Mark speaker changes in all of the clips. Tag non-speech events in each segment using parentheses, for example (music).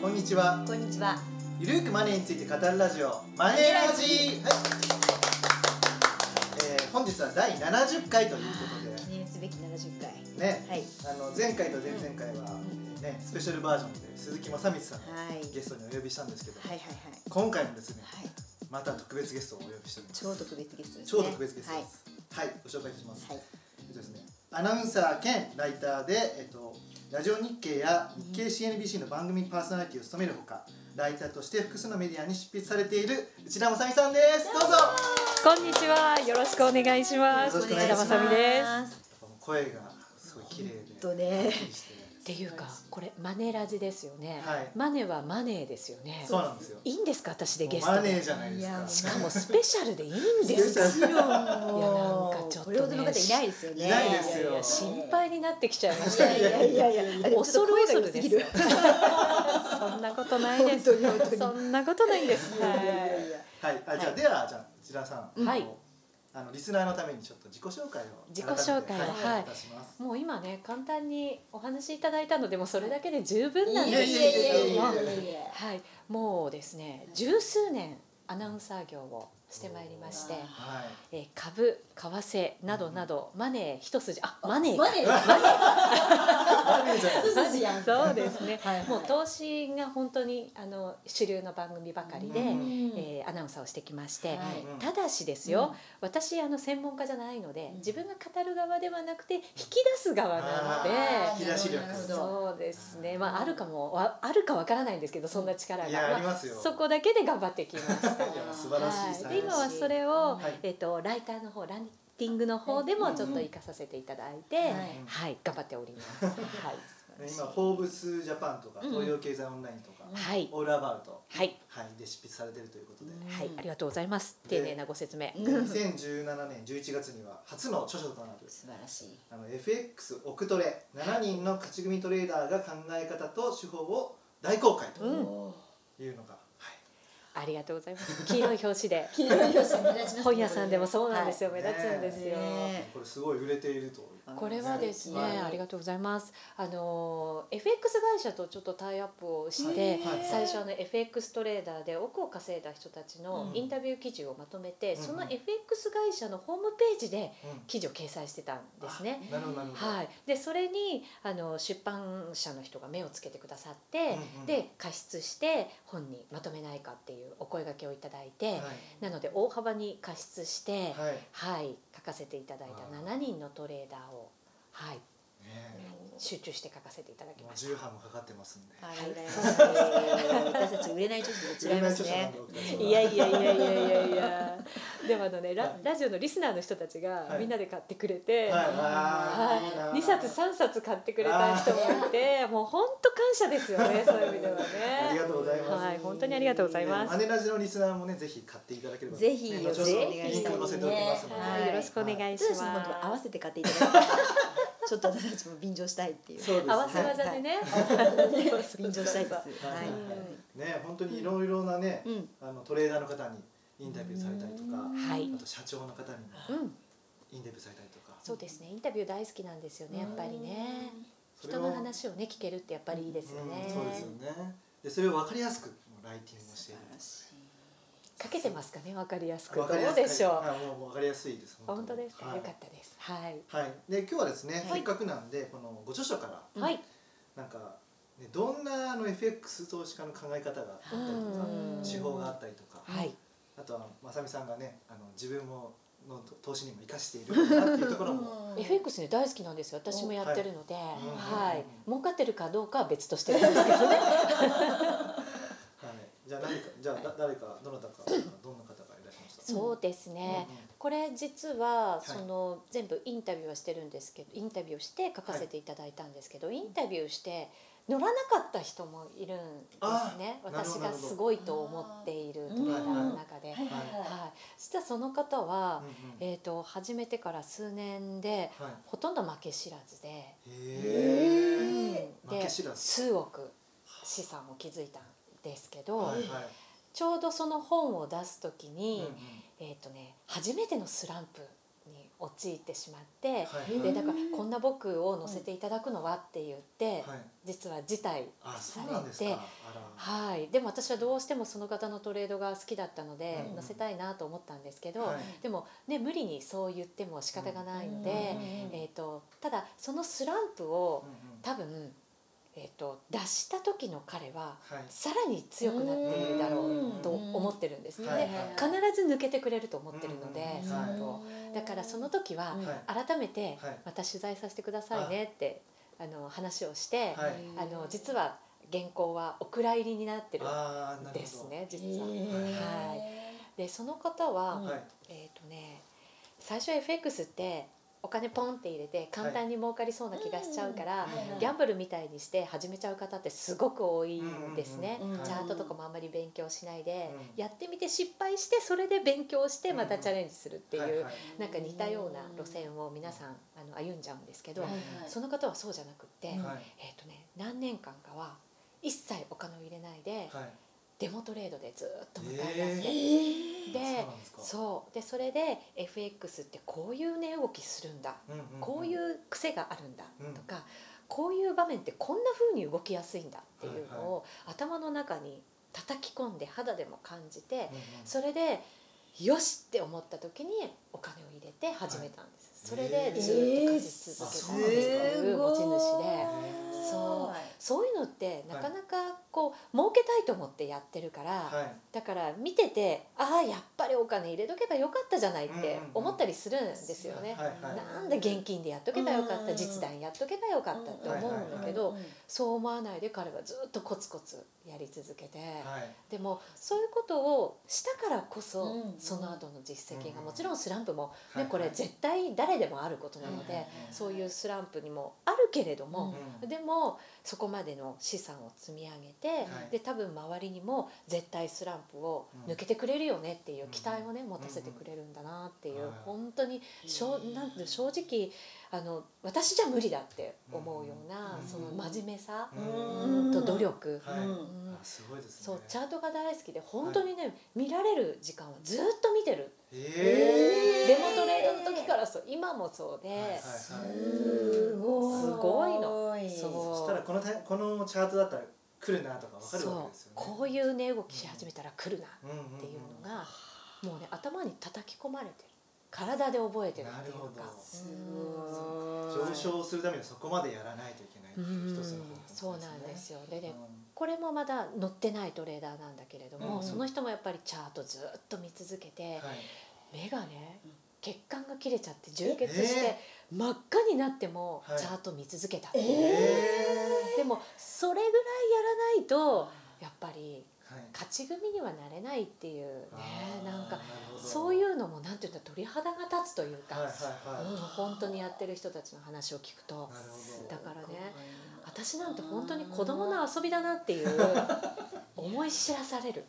Speaker 1: こんにちは。
Speaker 2: こんにちは。
Speaker 1: ゆるーくマネーについて語るラジオマネーラジー。はい。えー本日は第70回というこ
Speaker 2: 記念すべき70回。
Speaker 1: とでね、
Speaker 2: はい。
Speaker 1: あの前回と前々回は
Speaker 2: ん
Speaker 1: ねスペシャルバージョンで鈴木雅光さんを
Speaker 2: はい。はい
Speaker 1: ゲストにお呼びしたんですけど、
Speaker 2: はいはい。
Speaker 1: 今回もですね
Speaker 2: はい。
Speaker 1: また特別ゲストをお呼びしております。
Speaker 2: 超特別ゲストです、
Speaker 1: 超
Speaker 2: ね。
Speaker 1: 特別ゲスト
Speaker 2: はい
Speaker 1: で。す。はい、ご紹介します。
Speaker 2: はい。
Speaker 1: えっとですね、アナウンサー兼ライターで、えっと、ラジオ日経や日経 CNBC の番組パーソナリティを務めるほかライターとして複数のメディアに執筆されている内田まさみさんですどうぞやっ
Speaker 3: こんにちは。よろしくお願いします。
Speaker 1: よろしくお願いします
Speaker 3: 内田まさみです。
Speaker 2: す。
Speaker 1: ぱもう声がすごい綺麗で
Speaker 2: と
Speaker 1: び
Speaker 2: ね。
Speaker 1: っくりして
Speaker 3: っていうか、これマネラジですよね。
Speaker 1: はい
Speaker 3: マネはマネーですよね。
Speaker 1: そうなんですよ
Speaker 3: いいんですか、私で
Speaker 1: も
Speaker 3: ゲ
Speaker 1: う
Speaker 3: スト
Speaker 1: マネー
Speaker 3: で。
Speaker 1: じゃない
Speaker 2: いや
Speaker 1: で
Speaker 3: し
Speaker 1: す
Speaker 3: か
Speaker 1: か
Speaker 3: もスペシャルでいいんですか。
Speaker 1: スペシャル
Speaker 2: も
Speaker 3: いやなんかちょっとね
Speaker 2: これほどの方いないですよね。
Speaker 1: いないです
Speaker 3: いやい
Speaker 1: よ
Speaker 3: や心配になってきちゃいまし
Speaker 2: い
Speaker 3: た。
Speaker 2: やいやいやいやいや。
Speaker 3: 恐る恐るですよ
Speaker 2: ちょっと声が良すぎる。
Speaker 3: そんなことないです
Speaker 2: 本当に本当。に
Speaker 3: そんなことないんです。は
Speaker 2: い
Speaker 3: い
Speaker 2: やいやいや
Speaker 1: はいあじゃあ、
Speaker 3: はい
Speaker 1: ではじゃあ内田さん、
Speaker 3: はい
Speaker 1: あのあのリスナーのためにちょっと自己紹介を
Speaker 3: 自己紹介を
Speaker 1: 改めて
Speaker 3: はい
Speaker 1: お願いいたします
Speaker 3: もう今ね簡単にお話しいただいたのでもうそれだけで十分なん
Speaker 2: い
Speaker 3: で
Speaker 2: や
Speaker 3: す
Speaker 2: い
Speaker 3: け
Speaker 2: やいや
Speaker 3: れ
Speaker 2: い
Speaker 3: ども
Speaker 2: やいやいや。
Speaker 3: はい、もうですね十数年アナウンサー業をしてまいりまして
Speaker 2: う、わ
Speaker 1: はい
Speaker 3: えー株為替などなどマネー一筋あマネー
Speaker 2: マ
Speaker 3: か
Speaker 2: ネー。マ
Speaker 1: マネーじゃないです
Speaker 2: ネー筋やん。
Speaker 3: そうですね
Speaker 2: はいはい
Speaker 3: もう投資が本当にあの主流の番組ばかりで、
Speaker 1: うん
Speaker 3: えーアナウンサーをしてきまして、
Speaker 2: はい
Speaker 1: うん
Speaker 3: ただしですよ、私あの専門家じゃないので、
Speaker 2: うん
Speaker 3: 自分が語る側ではなくて引き出す側なので。
Speaker 1: あー引き出し
Speaker 2: なるほ
Speaker 1: 力
Speaker 2: ど
Speaker 3: そうですね、まあ、あるかもわあるかわからないんですけどそんな力が、
Speaker 1: いやあり
Speaker 3: まあ
Speaker 1: ますよ
Speaker 3: そこだけで頑張ってきました。
Speaker 1: いや素晴らしい才能
Speaker 3: はい、で今はそれを、
Speaker 1: はい
Speaker 3: えっとライターの方ランティングの方でもちょっと活かさせていただいて、
Speaker 2: は
Speaker 3: はいい、頑張っております。はい、
Speaker 1: ね今「フォーブスジャパン」とか
Speaker 3: うん
Speaker 1: 東洋経済オンラインとか、
Speaker 3: はい、
Speaker 1: オールアバウト、
Speaker 3: はい、
Speaker 1: はい、で執筆されてるということで、
Speaker 2: うん
Speaker 3: はい、ありがとうございます。
Speaker 1: で
Speaker 3: 丁寧なご説明。
Speaker 1: で2017年11月には初の著書となる
Speaker 2: 素晴らしい。
Speaker 1: あの FX 億トレ7人の口組トレーダーが考え方と手法を大公開
Speaker 3: うん
Speaker 2: おー
Speaker 1: というのが、はい
Speaker 3: ありがとうございます。黄色い表紙で
Speaker 2: 黄色い表紙目立ちますね
Speaker 3: 本屋さんでもそうなんです
Speaker 2: よ。
Speaker 3: よ。目立つんですよ。
Speaker 2: ね
Speaker 1: これすごい売れていると
Speaker 2: はい
Speaker 3: これはですね、
Speaker 1: はい
Speaker 3: ありがとうございます。あの FX 会社とちょっとタイアップをし
Speaker 2: へ
Speaker 3: て
Speaker 2: ー、
Speaker 3: 最初あの FX トレーダーで億を稼いだ人たちの
Speaker 2: うん
Speaker 3: インタビュー記事をまとめて、
Speaker 1: うん
Speaker 3: その FX 会社のホームページで
Speaker 1: うん
Speaker 3: 記事を掲載してたんですね。
Speaker 1: あなるほどなるほど、
Speaker 3: はい、でそれにあの出版社の人が目をつけてくださって、
Speaker 1: うんうん
Speaker 3: で加筆して本にまとめないかっていうお声掛けをいただい
Speaker 1: は
Speaker 3: て、
Speaker 1: い
Speaker 3: なので大幅に加筆して、
Speaker 1: はいね
Speaker 3: はい、書かせていただい
Speaker 1: あ
Speaker 3: た
Speaker 1: ー
Speaker 3: 7人のトレーダーを、はい、
Speaker 1: え
Speaker 3: 集中して書かせていただき
Speaker 1: もう
Speaker 3: まし
Speaker 1: 重版もかかってますんで、
Speaker 2: はいい、そうなんですよ私たち売れない女子と違います
Speaker 1: 売れない著。書
Speaker 2: ね
Speaker 1: なんで僕たち
Speaker 3: た。
Speaker 1: はい
Speaker 3: やいやいやいやいやい
Speaker 1: (laughs)
Speaker 3: や。でもあのね、ラ
Speaker 1: はい
Speaker 3: ラジオのリスナーの人たちが
Speaker 1: はい
Speaker 3: みんなで買ってくれて、
Speaker 1: はい
Speaker 2: は
Speaker 1: あーいいな
Speaker 3: 2冊3冊買ってくれた人もいて、もう本当感謝ですよ (laughs) ね、そういう意味ではね。
Speaker 1: ありがとうございます
Speaker 3: はい、本当にありがとうございま
Speaker 1: ねマ
Speaker 3: す。
Speaker 1: ネラジのリスナーもねぜひ買っていただければ
Speaker 2: ぜひ
Speaker 1: ね
Speaker 2: よろ
Speaker 1: 後
Speaker 2: しく
Speaker 1: ほど
Speaker 2: お願い
Speaker 1: リン
Speaker 2: し
Speaker 1: ク
Speaker 2: ま
Speaker 1: 載せ
Speaker 2: す
Speaker 1: ておきますので、
Speaker 2: はい
Speaker 3: よろしくお願いし
Speaker 2: 私も
Speaker 3: ま
Speaker 2: 今度合わ
Speaker 3: す。
Speaker 2: せて買っていただいたらちょっと私たちも便乗したいっていう。
Speaker 1: そうですね
Speaker 3: 合わせ技でね。
Speaker 2: 便乗したいです。は
Speaker 1: はい
Speaker 2: い。
Speaker 3: は
Speaker 1: ね本当にいろいろなね、
Speaker 2: うん。
Speaker 1: あのトレーダーの方にインタビューされたりとか、
Speaker 2: うん
Speaker 3: はい
Speaker 1: あと社長の方にも
Speaker 3: うん、
Speaker 1: インタビューされたりとか、
Speaker 3: そうですね。インタビュー大好きなんですよね、やっぱりね。
Speaker 1: それ
Speaker 3: 人
Speaker 1: を
Speaker 3: の話をね聞けるってやっぱりいいですよね。
Speaker 1: うんそうですよね。でそれを分かりやすくライティングをしている。
Speaker 2: 素
Speaker 3: かけてますかねわかりやすく。ど
Speaker 1: 分かりや
Speaker 3: う
Speaker 1: すい
Speaker 3: でしょう。
Speaker 1: あもうもう分かりやすいです。
Speaker 3: 本当ですか、
Speaker 1: はい
Speaker 3: よかったです。はい。
Speaker 1: はい。で今日はですね、
Speaker 2: い
Speaker 1: せっかくなんでこのご著書から
Speaker 2: うん
Speaker 3: はい。
Speaker 1: なんか、ね、どんなあの FX 投資家の考え方があったりとか、
Speaker 2: うん
Speaker 1: 手法があったりとか、
Speaker 3: はい。
Speaker 1: あとはまさみさんがねあの自分もの投資にも生かしているんだなっていうところも。
Speaker 2: 晴らしい。
Speaker 3: FX ね大好きなんですよ。私もやってるので、
Speaker 1: はい
Speaker 3: は
Speaker 1: うん
Speaker 3: い。儲かってるかどうかは別としてなんですけどね。
Speaker 1: はい、じゃあ何かじゃあ、だ誰かどなたかどんな方がいらっしゃいました。
Speaker 3: (laughs) そうですね。これ実は
Speaker 1: はい
Speaker 3: その全部インタビューはしてるんですけどインタビューして書かせていただいたんですけどインタビューして乗らなかった人もいるんですね
Speaker 1: あーなるほ
Speaker 3: 私
Speaker 1: どな
Speaker 3: が
Speaker 1: るほど
Speaker 3: すごいと思っているトレーダーの中で。
Speaker 2: はいはいはい。
Speaker 3: はい、実はその方
Speaker 1: う
Speaker 3: は
Speaker 1: ん、うんうん
Speaker 3: えー、と始めてから数年で
Speaker 1: はい。
Speaker 3: ほとんど負け知らずで,、
Speaker 1: へ
Speaker 2: へ
Speaker 1: え。
Speaker 2: ー
Speaker 3: うん
Speaker 1: 負
Speaker 3: で
Speaker 1: け知らず
Speaker 3: 数億資産を築いたんですけど、
Speaker 1: はいはい。
Speaker 3: ちょうどその本を出す時
Speaker 1: うん
Speaker 3: に
Speaker 1: うん、
Speaker 3: えーとね、初めてのスランプに陥ってしまって、
Speaker 1: はい
Speaker 3: でだからこんな僕を乗せていただくのはって言って、
Speaker 1: はい、
Speaker 3: 実は辞退
Speaker 1: あ
Speaker 3: さ
Speaker 1: そうなん
Speaker 3: れ
Speaker 1: です
Speaker 3: て
Speaker 1: かあ
Speaker 3: はい、でも私はどうしてもその方のトレードが好きだったので、
Speaker 1: うん
Speaker 3: 乗せたいなと思ったんですけど、
Speaker 1: らはい
Speaker 3: でも、ね、無理にそう言っても仕方がないので、
Speaker 1: うん
Speaker 3: えー、とただそのスランプを
Speaker 1: うんうん
Speaker 3: 多分、えー、と脱した時の彼は
Speaker 1: はい
Speaker 3: さらに強くなっているだろうと思ってるんですね。
Speaker 1: はい
Speaker 3: で必ず抜けてくれると思ってるので、
Speaker 1: うん
Speaker 3: スランプをだからその時は
Speaker 1: はい
Speaker 3: 改めて
Speaker 1: はい
Speaker 3: また取材させてくださいねってあの話をして、
Speaker 1: はい
Speaker 3: あの実は原稿はお蔵入りになってる
Speaker 1: あーなるほど
Speaker 3: ですね実は。
Speaker 1: は
Speaker 3: でその方は、
Speaker 1: はい
Speaker 3: えっ、とね最初 FX ってお金ポンって入れて簡単に儲かりそうな気がしちゃうから、
Speaker 1: うん
Speaker 3: ギャンブルみたいにして始めちゃう方ってすごく多いんですね。
Speaker 1: うんうんうん
Speaker 2: はい
Speaker 3: チャートとかもあんまり勉強しないで、
Speaker 1: うん
Speaker 3: やってみて失敗してそれで勉強してまたチャレンジするっていう、
Speaker 1: はいはい
Speaker 3: なんか似たような路線を皆さんあの歩んじゃうんですけど、
Speaker 1: はい
Speaker 3: その方はそうじゃなくって、
Speaker 2: う
Speaker 3: えっ、
Speaker 2: ん
Speaker 1: はい
Speaker 3: とね何年間かは一切お金を入れないで、
Speaker 1: はい
Speaker 3: デモトレードでずっと向かい合って、
Speaker 1: えそう
Speaker 3: で
Speaker 1: なんですか
Speaker 3: そうでそれで FX ってこういう値動きするんだ、
Speaker 1: うんうんん
Speaker 3: こういう癖があるんだ
Speaker 1: うん
Speaker 3: とか、こういう場面ってこんな風に動きやすいんだっていうのを頭の中に叩き込んで肌でも感じて、
Speaker 1: うんうん
Speaker 3: それでよしって思った時にお金を入れて始めた
Speaker 1: は
Speaker 3: んです、
Speaker 1: い
Speaker 3: それでずっと勝ち続けたっていう持ち主で。そういうのってなかなかこう、儲けたいと思ってやってるから、
Speaker 1: はい
Speaker 3: だから見ててああやっぱりお金入れとけばよかったじゃないっ
Speaker 1: うんうんうん
Speaker 3: て思ったりするんですよね。
Speaker 1: はいはい
Speaker 3: なんで現金でやっとけばよ
Speaker 2: う
Speaker 3: かっ
Speaker 2: んうんう
Speaker 3: た
Speaker 2: ん
Speaker 3: 実弾やっとけばよかったって思うんだけど
Speaker 2: うん
Speaker 3: そう思わないで彼はずっとコツコツやり続けて
Speaker 1: はい
Speaker 3: でもそういうことをしたからこ
Speaker 2: うん
Speaker 3: そ
Speaker 2: うん
Speaker 3: その後の実
Speaker 1: う
Speaker 3: 績
Speaker 1: んう
Speaker 3: が
Speaker 1: ん
Speaker 3: もちろんスランプも
Speaker 1: はい
Speaker 3: ねこれ絶対誰でもあることなの
Speaker 1: うんうん
Speaker 3: で
Speaker 1: うん
Speaker 3: そういうスランプにもあるけれども
Speaker 1: うん
Speaker 3: でもそこまでの資産を積み上げて、
Speaker 1: はい
Speaker 3: で多分周りにも絶対スランプを抜けてくれるよねっていう期待をね、持たせてくれるんだなっていう、
Speaker 1: はい
Speaker 3: 本当にしょうなんていう正直あの私じゃ無理だって思うような、
Speaker 1: うん
Speaker 3: その真面目さ、
Speaker 1: うん
Speaker 2: うん
Speaker 3: と努力、
Speaker 1: はい
Speaker 3: うん
Speaker 1: あすごいです
Speaker 3: そ
Speaker 1: ね
Speaker 3: うチャートが大好きで本当にね、見られる時間はずっと見てる、
Speaker 1: えー
Speaker 3: デモトレードの時からそう今もそうで、
Speaker 1: はいはいはい
Speaker 2: すごい
Speaker 3: すごいの
Speaker 2: そう
Speaker 1: そしたらこのタイこのチャートだったら来るなとかわかるわけ
Speaker 3: そ
Speaker 1: ですよ
Speaker 3: う
Speaker 1: ね
Speaker 3: こういう値動きし始めたら来るな
Speaker 1: うんうんうん
Speaker 3: っていうのが、もうね頭に叩き込まれてる体で覚えてるってい
Speaker 1: なる
Speaker 3: う
Speaker 1: ほど
Speaker 3: か
Speaker 2: す
Speaker 1: 上
Speaker 2: ごい
Speaker 1: 昇するためにはそこまでやらないといけないって
Speaker 3: う
Speaker 1: い
Speaker 3: ん
Speaker 1: う一つの方法
Speaker 3: そうなんですよで
Speaker 1: ね
Speaker 3: ねこれもまだ乗ってないトレーダーなんだけれども、
Speaker 1: うん
Speaker 3: その人もやっぱりチャートずっと見続け
Speaker 1: う
Speaker 3: て
Speaker 1: ん、はい
Speaker 3: 目がね
Speaker 2: うん
Speaker 3: 血管が切れちゃって充血し
Speaker 1: え
Speaker 3: て真っ赤になっても
Speaker 1: はい
Speaker 3: チャート見続けたっていう、
Speaker 1: え
Speaker 3: でもそれぐらいやらないとやっぱり
Speaker 1: ーはい
Speaker 3: 勝ち組にはなれないっていう
Speaker 1: あ
Speaker 3: ね
Speaker 1: ー
Speaker 3: なんか
Speaker 1: るほど
Speaker 3: そういうのもなんていうんだ鳥肌が立つというか、
Speaker 1: はいはい
Speaker 3: うん
Speaker 1: は
Speaker 3: 本当にやってる人たちの話を聞くと
Speaker 1: いなるほ
Speaker 3: だ
Speaker 1: ど
Speaker 3: からね私なんて本当に子供の遊びだなっていう思い知らされる。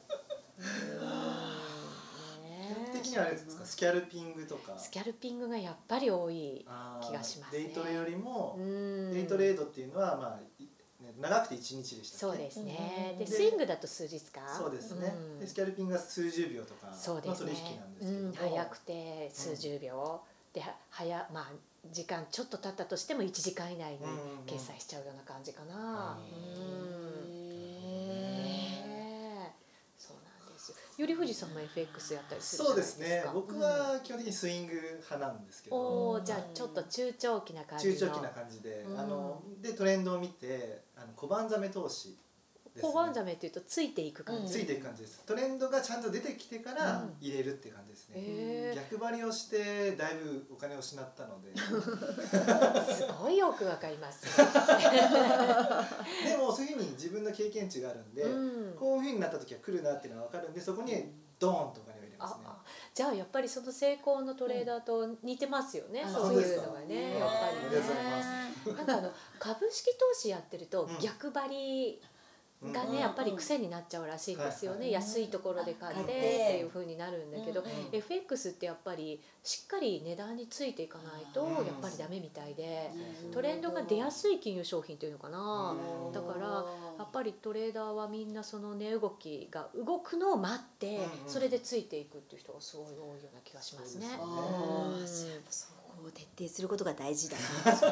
Speaker 1: 基本的にはあれですかスキャルピングとか
Speaker 3: スキャルピングがやっぱり多い。
Speaker 1: あー
Speaker 3: 気がしますね
Speaker 1: デイトレよりも
Speaker 3: うん
Speaker 1: デイトレードっていうのはまあいね長くて一日でした
Speaker 3: そ
Speaker 1: っ
Speaker 3: う
Speaker 1: け
Speaker 3: ですね。
Speaker 2: うん
Speaker 3: で
Speaker 1: で
Speaker 3: スイングだと数日か。
Speaker 1: そうですね
Speaker 3: うん
Speaker 1: でスキャルピングが数十秒とか
Speaker 3: そう
Speaker 1: の
Speaker 3: です
Speaker 1: 取
Speaker 3: ね
Speaker 1: 引なん。ですけ
Speaker 3: うん
Speaker 1: ども
Speaker 3: 早くて数十秒では早まあ時間ちょっと経ったとしても一時間以内に
Speaker 1: うんうん
Speaker 3: 決済しちゃうような感じかな。
Speaker 1: う
Speaker 3: うんねえそうなんですよ。より富士さんも FX やったりするじ
Speaker 1: そ
Speaker 3: ゃ
Speaker 1: うで
Speaker 3: ないですすか。
Speaker 1: ね僕は基本的にスイング派なんですけ
Speaker 3: うん。
Speaker 1: ど
Speaker 3: おお、じゃあちょっと中長期な感じ
Speaker 1: 中
Speaker 3: の。
Speaker 1: 長期な感じで、
Speaker 3: うん
Speaker 1: あのでトレンドを見てあの小判ざめ投資です、
Speaker 3: 小判ザメっていうとついていく感
Speaker 2: メ
Speaker 3: じ。
Speaker 1: ついていく感じですトレンドがちゃんと出てきてから
Speaker 3: うん
Speaker 1: 入れるっていう感じですね、
Speaker 3: へえ
Speaker 1: 逆張りをしてだいぶお金を失った
Speaker 3: (laughs)
Speaker 1: ので
Speaker 3: すごいよくわかります。
Speaker 1: でもそういうふうに自分の経験値があるんで、
Speaker 3: うん
Speaker 1: こういうふうになった時は来るなっていうのは分かるんでそこにドーンとお金を入れま
Speaker 3: あ
Speaker 1: すね
Speaker 3: あじゃあやっぱりその成功のトレーダーと似てますよね、
Speaker 2: うん
Speaker 3: そういうのがね、
Speaker 1: あ
Speaker 3: やっぱ
Speaker 1: ありがとうござい
Speaker 3: り
Speaker 1: ま
Speaker 3: ね。なんかあの株式投資やってると
Speaker 1: うん
Speaker 3: 逆張り
Speaker 1: うん
Speaker 3: がね、
Speaker 2: うん
Speaker 3: やっぱり癖になっちゃうらしいんですよね、
Speaker 1: はい
Speaker 2: はい
Speaker 3: 安いところで買って
Speaker 1: 買
Speaker 3: っ
Speaker 1: って
Speaker 3: ていう風になるんだけど、
Speaker 2: うん
Speaker 1: うん
Speaker 3: FX ってやっぱりしっかり値段についていかないと
Speaker 1: う
Speaker 3: や
Speaker 1: ん
Speaker 3: っぱりダメみたいで、
Speaker 1: うん
Speaker 3: トレンドが出やすい金融商品っていうのかな、
Speaker 1: うん
Speaker 3: だからやっぱりトレーダーはみんなその値動きが動くのを待って、
Speaker 1: うんうん
Speaker 3: それでついていくっていう人がすごい多いような気がしますね。
Speaker 1: そうですね
Speaker 2: あ
Speaker 3: うん
Speaker 2: ーそうかこう徹底することが大事だと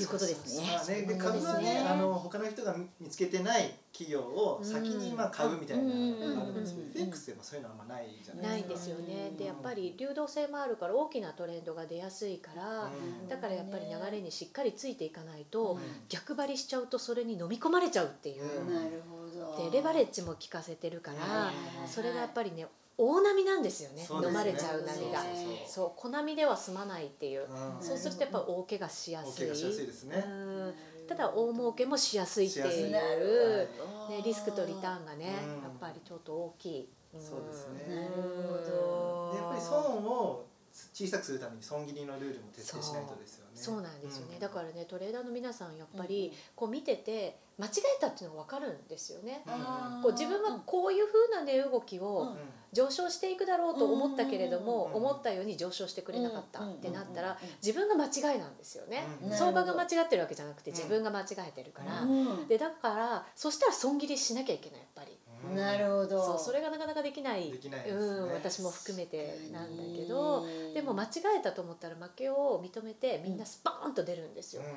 Speaker 2: いうことですね。
Speaker 1: まあね、で
Speaker 3: そう
Speaker 1: 株
Speaker 3: です
Speaker 1: はね
Speaker 3: ね
Speaker 1: あの他の人が見見つけてない企業を先にまあ買うみたいなのがあるんですけど、
Speaker 2: うん
Speaker 1: フェイクスでもそういうのはあんまないじゃない
Speaker 3: ない
Speaker 1: で
Speaker 3: ですすよね
Speaker 2: うん
Speaker 3: でやっぱり流動性もあるから大きなトレンドが出やすいか
Speaker 1: か。
Speaker 3: ら
Speaker 1: うん
Speaker 3: だからやっぱり流れにしっかりついていかないと、
Speaker 2: うん
Speaker 3: 逆張りしちゃうとそれに飲み込まれちゃうっていう、
Speaker 1: うん
Speaker 2: なるほど。
Speaker 3: でレバレッジも効かせてるから、
Speaker 1: はいはいはい
Speaker 3: それがやっぱりね大波なんですよね
Speaker 1: そうです
Speaker 3: 飲
Speaker 1: ね
Speaker 3: まれちゃう波が
Speaker 2: そうですね
Speaker 3: そう小波では済まないっていう、
Speaker 1: うん
Speaker 3: そうするとやっぱ大怪我しや
Speaker 1: 大
Speaker 3: すい
Speaker 1: 怪我しやすいですね。
Speaker 3: うんただ大儲けもしやすいっていう
Speaker 1: しやすい
Speaker 2: な
Speaker 1: は
Speaker 2: る
Speaker 1: い
Speaker 2: ほど
Speaker 3: ね、リスクとリターンがね、
Speaker 1: うん
Speaker 3: やっぱりちょっと大きい、ん
Speaker 1: そうですね
Speaker 2: なるほど。
Speaker 1: でやっぱり損を小さくするために損切りのルールも徹底しないとですよね。
Speaker 3: そうなんですよね、
Speaker 1: う
Speaker 3: だからねトレーダーの皆さんやっぱりこう見てて間違えたっていうのが分かるんですよね。
Speaker 2: あー
Speaker 3: こう自分はこういう風な値動き
Speaker 2: う
Speaker 3: を
Speaker 2: ん
Speaker 1: う
Speaker 3: 上昇していくだろうと思ったけれども
Speaker 1: うん
Speaker 3: 思ったように上昇してくれなかったってなったら
Speaker 2: うん
Speaker 3: 自分が間違いなんですよね
Speaker 1: うん
Speaker 3: 相場が間違ってるわけじゃなくて
Speaker 1: うん
Speaker 3: 自分が間違えてるから
Speaker 2: うん
Speaker 3: でだからそしたら損切りしなきゃいけないやっぱり
Speaker 1: んうん
Speaker 2: なるほど。
Speaker 3: そうそれがなかなかできない
Speaker 1: できないですね
Speaker 3: うん私も含めてなんだけどでも間違えたと思ったら負けを認めてみんなスパーンと出るんです
Speaker 1: う
Speaker 3: よ
Speaker 1: ん。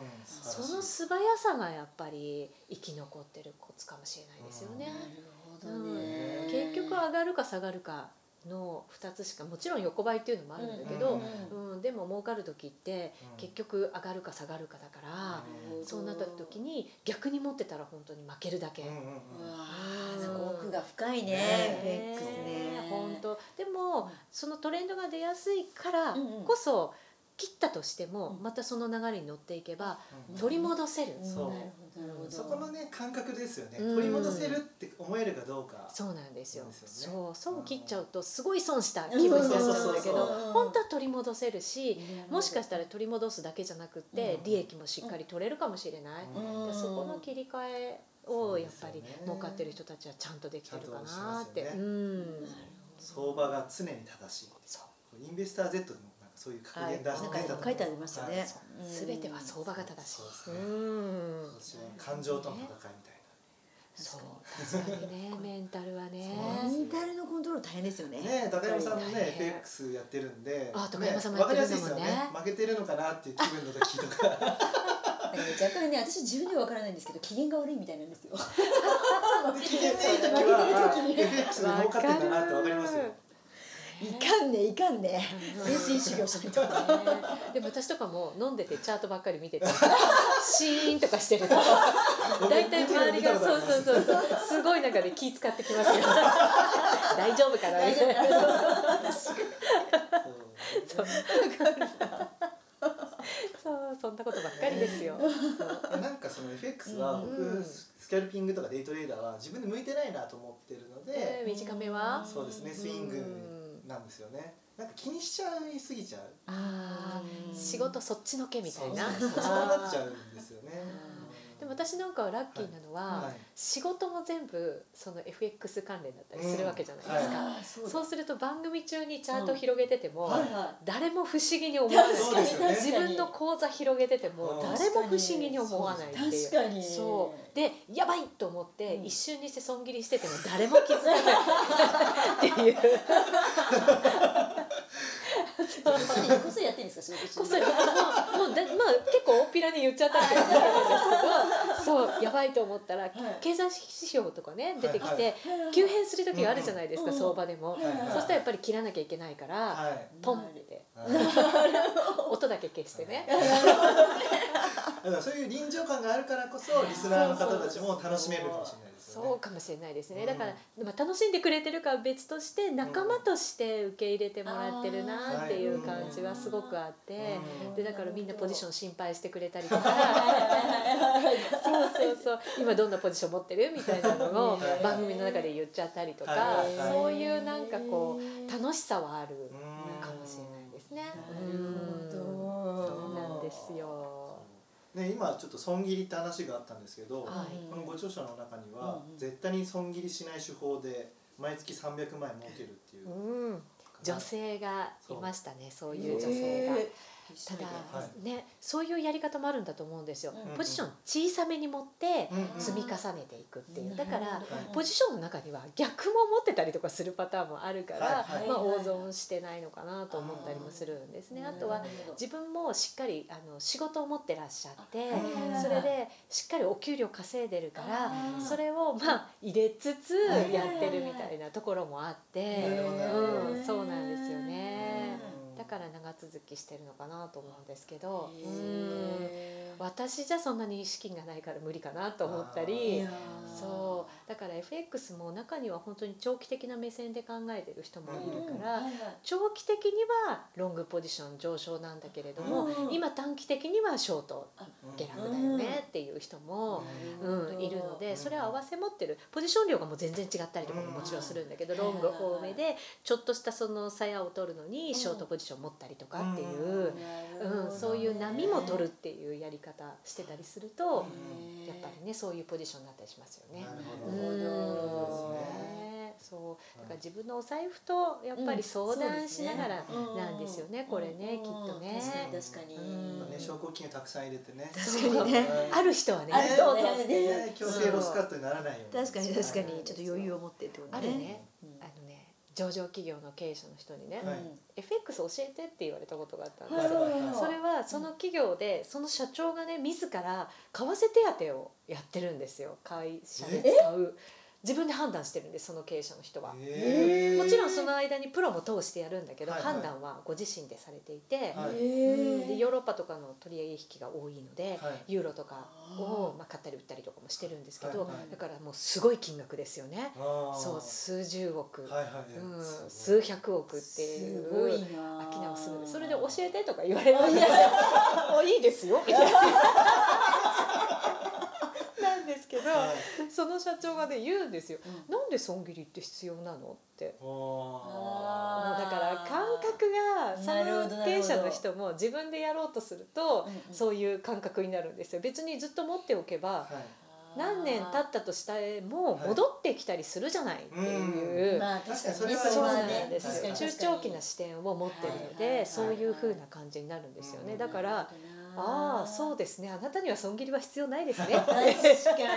Speaker 1: 素晴ら
Speaker 3: その
Speaker 1: しい
Speaker 3: 素早さがやっぱり生き残ってるコツかもしれないですよね。
Speaker 2: なるほど
Speaker 3: う
Speaker 2: ね
Speaker 3: ん。結局上がるか下がるかの2つしかもちろん横ばいっていうのもあるんだけ
Speaker 1: う
Speaker 3: ど
Speaker 1: ん、
Speaker 3: うんでも儲かる時って
Speaker 1: うん
Speaker 3: 結局上がるか下がるかだから、そうなった時に逆に持ってたら本当に負けるだけ。
Speaker 1: うんうん
Speaker 2: う
Speaker 1: うん
Speaker 2: わ
Speaker 3: う
Speaker 2: あ、
Speaker 3: ん
Speaker 2: なんか奥が深いね。フェ
Speaker 1: ね
Speaker 2: イクスね。
Speaker 3: 本当でもそのトレンドが出やすいから
Speaker 2: うんうん
Speaker 3: こそ切ったとしても
Speaker 2: うん
Speaker 3: またその流れに乗っていけば
Speaker 1: うん
Speaker 3: 取り戻せる、
Speaker 2: うん。
Speaker 1: そう
Speaker 2: なるほどなるほど。
Speaker 1: そこのね感覚ですよね。
Speaker 3: うん
Speaker 1: 取り戻せるって思えるかどうか。
Speaker 3: そうなんですよ。
Speaker 1: そうですよね
Speaker 3: そう損切っちゃうとすごい損した気分になっちゃう
Speaker 1: うんそうそ
Speaker 3: んだけど
Speaker 1: う
Speaker 2: そうそう
Speaker 3: 本当は取り戻せる
Speaker 2: な
Speaker 3: し
Speaker 2: るほど
Speaker 3: もしかしたら取り戻すだけじゃなくって
Speaker 1: うん
Speaker 3: 利益もしっかり取れるかもしれない、
Speaker 1: うん
Speaker 3: でそこの切り替えをやっ
Speaker 1: そ
Speaker 3: ぱ
Speaker 1: う
Speaker 3: り
Speaker 1: ですよね
Speaker 3: 儲かってる人たちはちゃんとできてるかなって、
Speaker 1: ちゃんとします
Speaker 3: う
Speaker 1: よ
Speaker 3: ん
Speaker 1: 相場が常に正しい。
Speaker 3: そう
Speaker 1: インベスター Z でもなんかそういう格言出
Speaker 2: は
Speaker 1: し
Speaker 2: い
Speaker 1: て
Speaker 2: なんか書いてありましたね
Speaker 1: はい
Speaker 2: うん
Speaker 3: 全ては相場が正しい
Speaker 1: そうです
Speaker 3: う
Speaker 1: ね
Speaker 3: ん
Speaker 1: 私は感情との戦いみたいな。
Speaker 3: そう確かにねメンタルはね
Speaker 1: そう
Speaker 2: メンタルのコントロール大変ですよね。
Speaker 1: ね高山さんも
Speaker 3: やっ
Speaker 1: ね
Speaker 3: ぱりね
Speaker 1: FX やってるんで
Speaker 3: あ高山さんも
Speaker 1: ねわか
Speaker 3: やって
Speaker 1: り
Speaker 3: る
Speaker 1: やす
Speaker 3: ん
Speaker 1: いですよ
Speaker 3: だもんね
Speaker 1: ね負けてるのかなっていう気分の時と
Speaker 3: (laughs)
Speaker 1: か
Speaker 2: なんかね若干ね、私自分では分からないんですけど、機嫌が悪いみたいなんですよ。
Speaker 1: 機嫌のいい時はあ FX で儲かってんだなってわかりますよ
Speaker 3: わかる
Speaker 2: いかんね、いかんね。精神修行しないと。
Speaker 3: でも私とかも飲んでてチャートばっかり見て
Speaker 1: (laughs)
Speaker 3: てシーンとかしてる
Speaker 1: 僕
Speaker 3: 大体周りが
Speaker 1: 見たことあり
Speaker 3: そう
Speaker 1: ま
Speaker 3: そう
Speaker 1: す
Speaker 3: そうそうすごい中で気使ってきます
Speaker 1: (laughs)
Speaker 3: よ大丈夫かなみたいなそうそうそんなことばっかりですよ、
Speaker 1: そうなんかその FX は
Speaker 3: う
Speaker 1: 僕
Speaker 3: ん
Speaker 1: スキャルピングとかデイトレーダーは自分で向いてないなと思ってるの
Speaker 3: えー
Speaker 1: で
Speaker 3: 短めは
Speaker 1: そうですねスイングなんですよねなんか気にしちゃいすぎちゃう
Speaker 3: あー仕事そっちのけみたいな
Speaker 1: そうそうそうそうなっちゃうんですよね
Speaker 3: でも私なんかはラッキーなのは、
Speaker 1: はい
Speaker 3: 仕事も全部その FX 関連だったりするわけじゃないですか、
Speaker 2: あーそうだ
Speaker 3: そうすると番組中にチャート広げてても、
Speaker 1: はい
Speaker 2: は
Speaker 3: 誰も不思議に思わない
Speaker 1: そうですよね
Speaker 3: 自分の口座広げてても
Speaker 1: うん
Speaker 3: 誰も不思議に思わない
Speaker 2: い。
Speaker 3: って
Speaker 2: 確
Speaker 3: いう。
Speaker 2: かに。
Speaker 3: そうでやばいと思って
Speaker 2: うん
Speaker 3: 一瞬にして損切りしてても誰も気づかないっていう
Speaker 2: こっそりやってるんですか、仕
Speaker 3: こ
Speaker 2: 事中
Speaker 3: っそりもうもうだまあ結構大っぴらに言っちゃったりするんです
Speaker 2: (laughs)
Speaker 3: けどそうやばいと思ったら、経済指標とかね出てきて、
Speaker 1: はいは
Speaker 3: 急変する時があるじゃないですか、
Speaker 2: うんうん
Speaker 3: 相場でも、
Speaker 2: はいはい
Speaker 3: そしたらやっぱり切らなきゃいけないから、
Speaker 1: はい
Speaker 3: ポンって
Speaker 1: はい
Speaker 3: 音だけ消してね、
Speaker 1: だからそういう臨場感があるからこそリスナーの方たちも楽しめるかもしれないですよね。
Speaker 3: そうかもしれないですね、
Speaker 1: うん
Speaker 3: だから、まあ、楽しんでくれてるかは別として仲間として受け入れてもらってるなっていう感じはすごくあって、
Speaker 1: うん
Speaker 3: でだからみんなポジショ
Speaker 2: ン。
Speaker 3: ン心配してくれたりとかそうそうそう今どんなポジション持ってるみたい
Speaker 2: (laughs)
Speaker 3: なのを
Speaker 1: はい
Speaker 3: 番組の中で言っちゃったりとか、
Speaker 1: はい
Speaker 3: そういうなんかこ
Speaker 2: う
Speaker 3: う楽しさはある
Speaker 1: うん
Speaker 3: かもしれないですね。
Speaker 2: なる
Speaker 3: うん
Speaker 2: ほど。
Speaker 3: そうなんですよ。
Speaker 1: ね今ちょっと損切りって話があったんですけど、
Speaker 3: は
Speaker 1: このご著書の中には
Speaker 2: うんうん
Speaker 1: 絶対に損切りしない手法で毎月300万円儲けるっていう
Speaker 3: う。ん女性がいましたねそういう女性が
Speaker 2: え
Speaker 3: ただ、
Speaker 1: は
Speaker 3: ねそういうやり方もあるんだと思うんですよ、
Speaker 1: うん
Speaker 3: ポジション小さめに持って
Speaker 1: うんうん
Speaker 3: 積み重ねていくっていう、だか
Speaker 2: な
Speaker 3: ら
Speaker 2: るほど
Speaker 1: はい
Speaker 3: ポジションの中には逆も持ってたりとかするパターンもあるから、
Speaker 1: はいはい
Speaker 3: まあ、
Speaker 2: はいはい
Speaker 3: 大損してないのかなと思ったりもするんですね。あとは
Speaker 2: なるほど
Speaker 3: 自分もしっかりあの仕事を持ってらっしゃって、
Speaker 2: あはいはいはい
Speaker 3: それでしっかりお給料稼いでるから
Speaker 2: あー
Speaker 3: それをまあ入れつつ
Speaker 1: はい
Speaker 3: やってるみたいなところもあって、
Speaker 1: なるほどなるほど
Speaker 3: うん、そうなんですよね
Speaker 1: うん
Speaker 3: だから長続きしてるのかなと思うんですけど、
Speaker 2: へ
Speaker 3: うん、
Speaker 2: ー
Speaker 3: 私じゃそんなに資金がないから無理かなと思った
Speaker 2: い
Speaker 3: り
Speaker 2: や。ー
Speaker 3: そうだから FX も中には本当に長期的な目線で考えてる人もいるから、
Speaker 2: はいはい
Speaker 3: 長期的にはロングポジション上昇なんだけれども、
Speaker 2: うん
Speaker 3: 今短期的にはショート
Speaker 1: うん
Speaker 3: 下落だよねっていう人も、
Speaker 2: う
Speaker 3: うんん
Speaker 2: なるほど
Speaker 3: いる
Speaker 1: う
Speaker 3: ので
Speaker 1: ん
Speaker 3: それは合わせ持ってるポジション量がもう全然違ったりとかももちろんするんだけど、
Speaker 2: うん
Speaker 3: ロング
Speaker 2: はいはいはい
Speaker 3: 多めでちょっとしたその鞘を取るの
Speaker 2: うん
Speaker 3: にショートポジション持ったりとかっていう、
Speaker 2: な
Speaker 3: う
Speaker 2: るほど
Speaker 3: ん
Speaker 2: ね
Speaker 3: そういう波も取るっていうやり方してたりすると、
Speaker 2: うん
Speaker 3: やっぱりねそういうポジションになったりしますよね。
Speaker 1: なるほ
Speaker 3: う
Speaker 1: ど
Speaker 3: ん
Speaker 1: そうです
Speaker 3: ねそうだから自分のお財布とやっぱり相談しながらなんですよね、これね、きっとね。
Speaker 2: 確かに確か
Speaker 3: うん
Speaker 1: まあね証拠金をたくさん入れて
Speaker 3: (laughs)
Speaker 1: ね
Speaker 2: 確かにね
Speaker 1: うん
Speaker 3: ある人はね
Speaker 2: あると
Speaker 3: どうぞ
Speaker 2: ね
Speaker 1: ね強制ロスカットにならないよう
Speaker 2: 確かに確かに
Speaker 1: は
Speaker 2: ちょっと余裕を持ってってこと
Speaker 3: あるね
Speaker 2: うん
Speaker 3: あのね上場企業の経営者の人にね、
Speaker 2: うん
Speaker 1: はい
Speaker 3: FX 教えてって言われたことがあったんです
Speaker 1: はい
Speaker 3: よ、
Speaker 1: はい
Speaker 3: それはその企業でその社長がね自ら為替手当をやってるんですよ会社で使う自分で判断してるんですその経営者の人は、
Speaker 1: えー
Speaker 3: もちろんその間にプロも通してやるんだけど、
Speaker 1: はいはい
Speaker 3: 判断はご自身でされていて、
Speaker 1: はい
Speaker 3: うんで
Speaker 2: へ
Speaker 3: ヨーロッパとかの取り引きが多いので、
Speaker 1: はい
Speaker 3: ユーロとか
Speaker 2: あ
Speaker 3: をまあ買ったり売ったりとかもしてるんですけど、
Speaker 1: はいはい
Speaker 3: だからもうすごい金額ですよね。
Speaker 1: あー
Speaker 3: そう数十億、
Speaker 1: はいはい
Speaker 3: うん、
Speaker 1: すごい
Speaker 3: 数百億ってい
Speaker 2: す
Speaker 3: う
Speaker 2: ごいな
Speaker 3: 商いをするんですそれで教
Speaker 2: お
Speaker 3: えてとか言われるんですよ。もういいですよみたいな。なんですけど、
Speaker 1: はい
Speaker 3: その社長がね言うんですよ。
Speaker 2: うん
Speaker 3: なんで損切りって必要なのって。も
Speaker 1: あ
Speaker 3: うだから感覚がそ
Speaker 2: なるほど
Speaker 3: の経営者の人も自分でやろうとすると
Speaker 2: うんうん
Speaker 3: そういう感覚になるんですよ別にずっと持っておけば
Speaker 1: ーはい
Speaker 3: 何年経ったとしても戻ってきたりするじゃないっていう、
Speaker 2: まあ確
Speaker 1: 確
Speaker 2: か
Speaker 1: か
Speaker 2: に
Speaker 1: にそれ
Speaker 2: それは
Speaker 1: は
Speaker 3: そう
Speaker 1: まあ
Speaker 3: な
Speaker 1: ね
Speaker 3: んです
Speaker 1: 確か
Speaker 3: よ
Speaker 1: に
Speaker 3: 中長期な視点を持ってるので、
Speaker 2: はいはい
Speaker 3: そういう風な感じになるんですよね、
Speaker 1: うん
Speaker 3: だから、ああそう
Speaker 2: で
Speaker 3: ですねあなたには損切りは必要ないですね
Speaker 2: 確か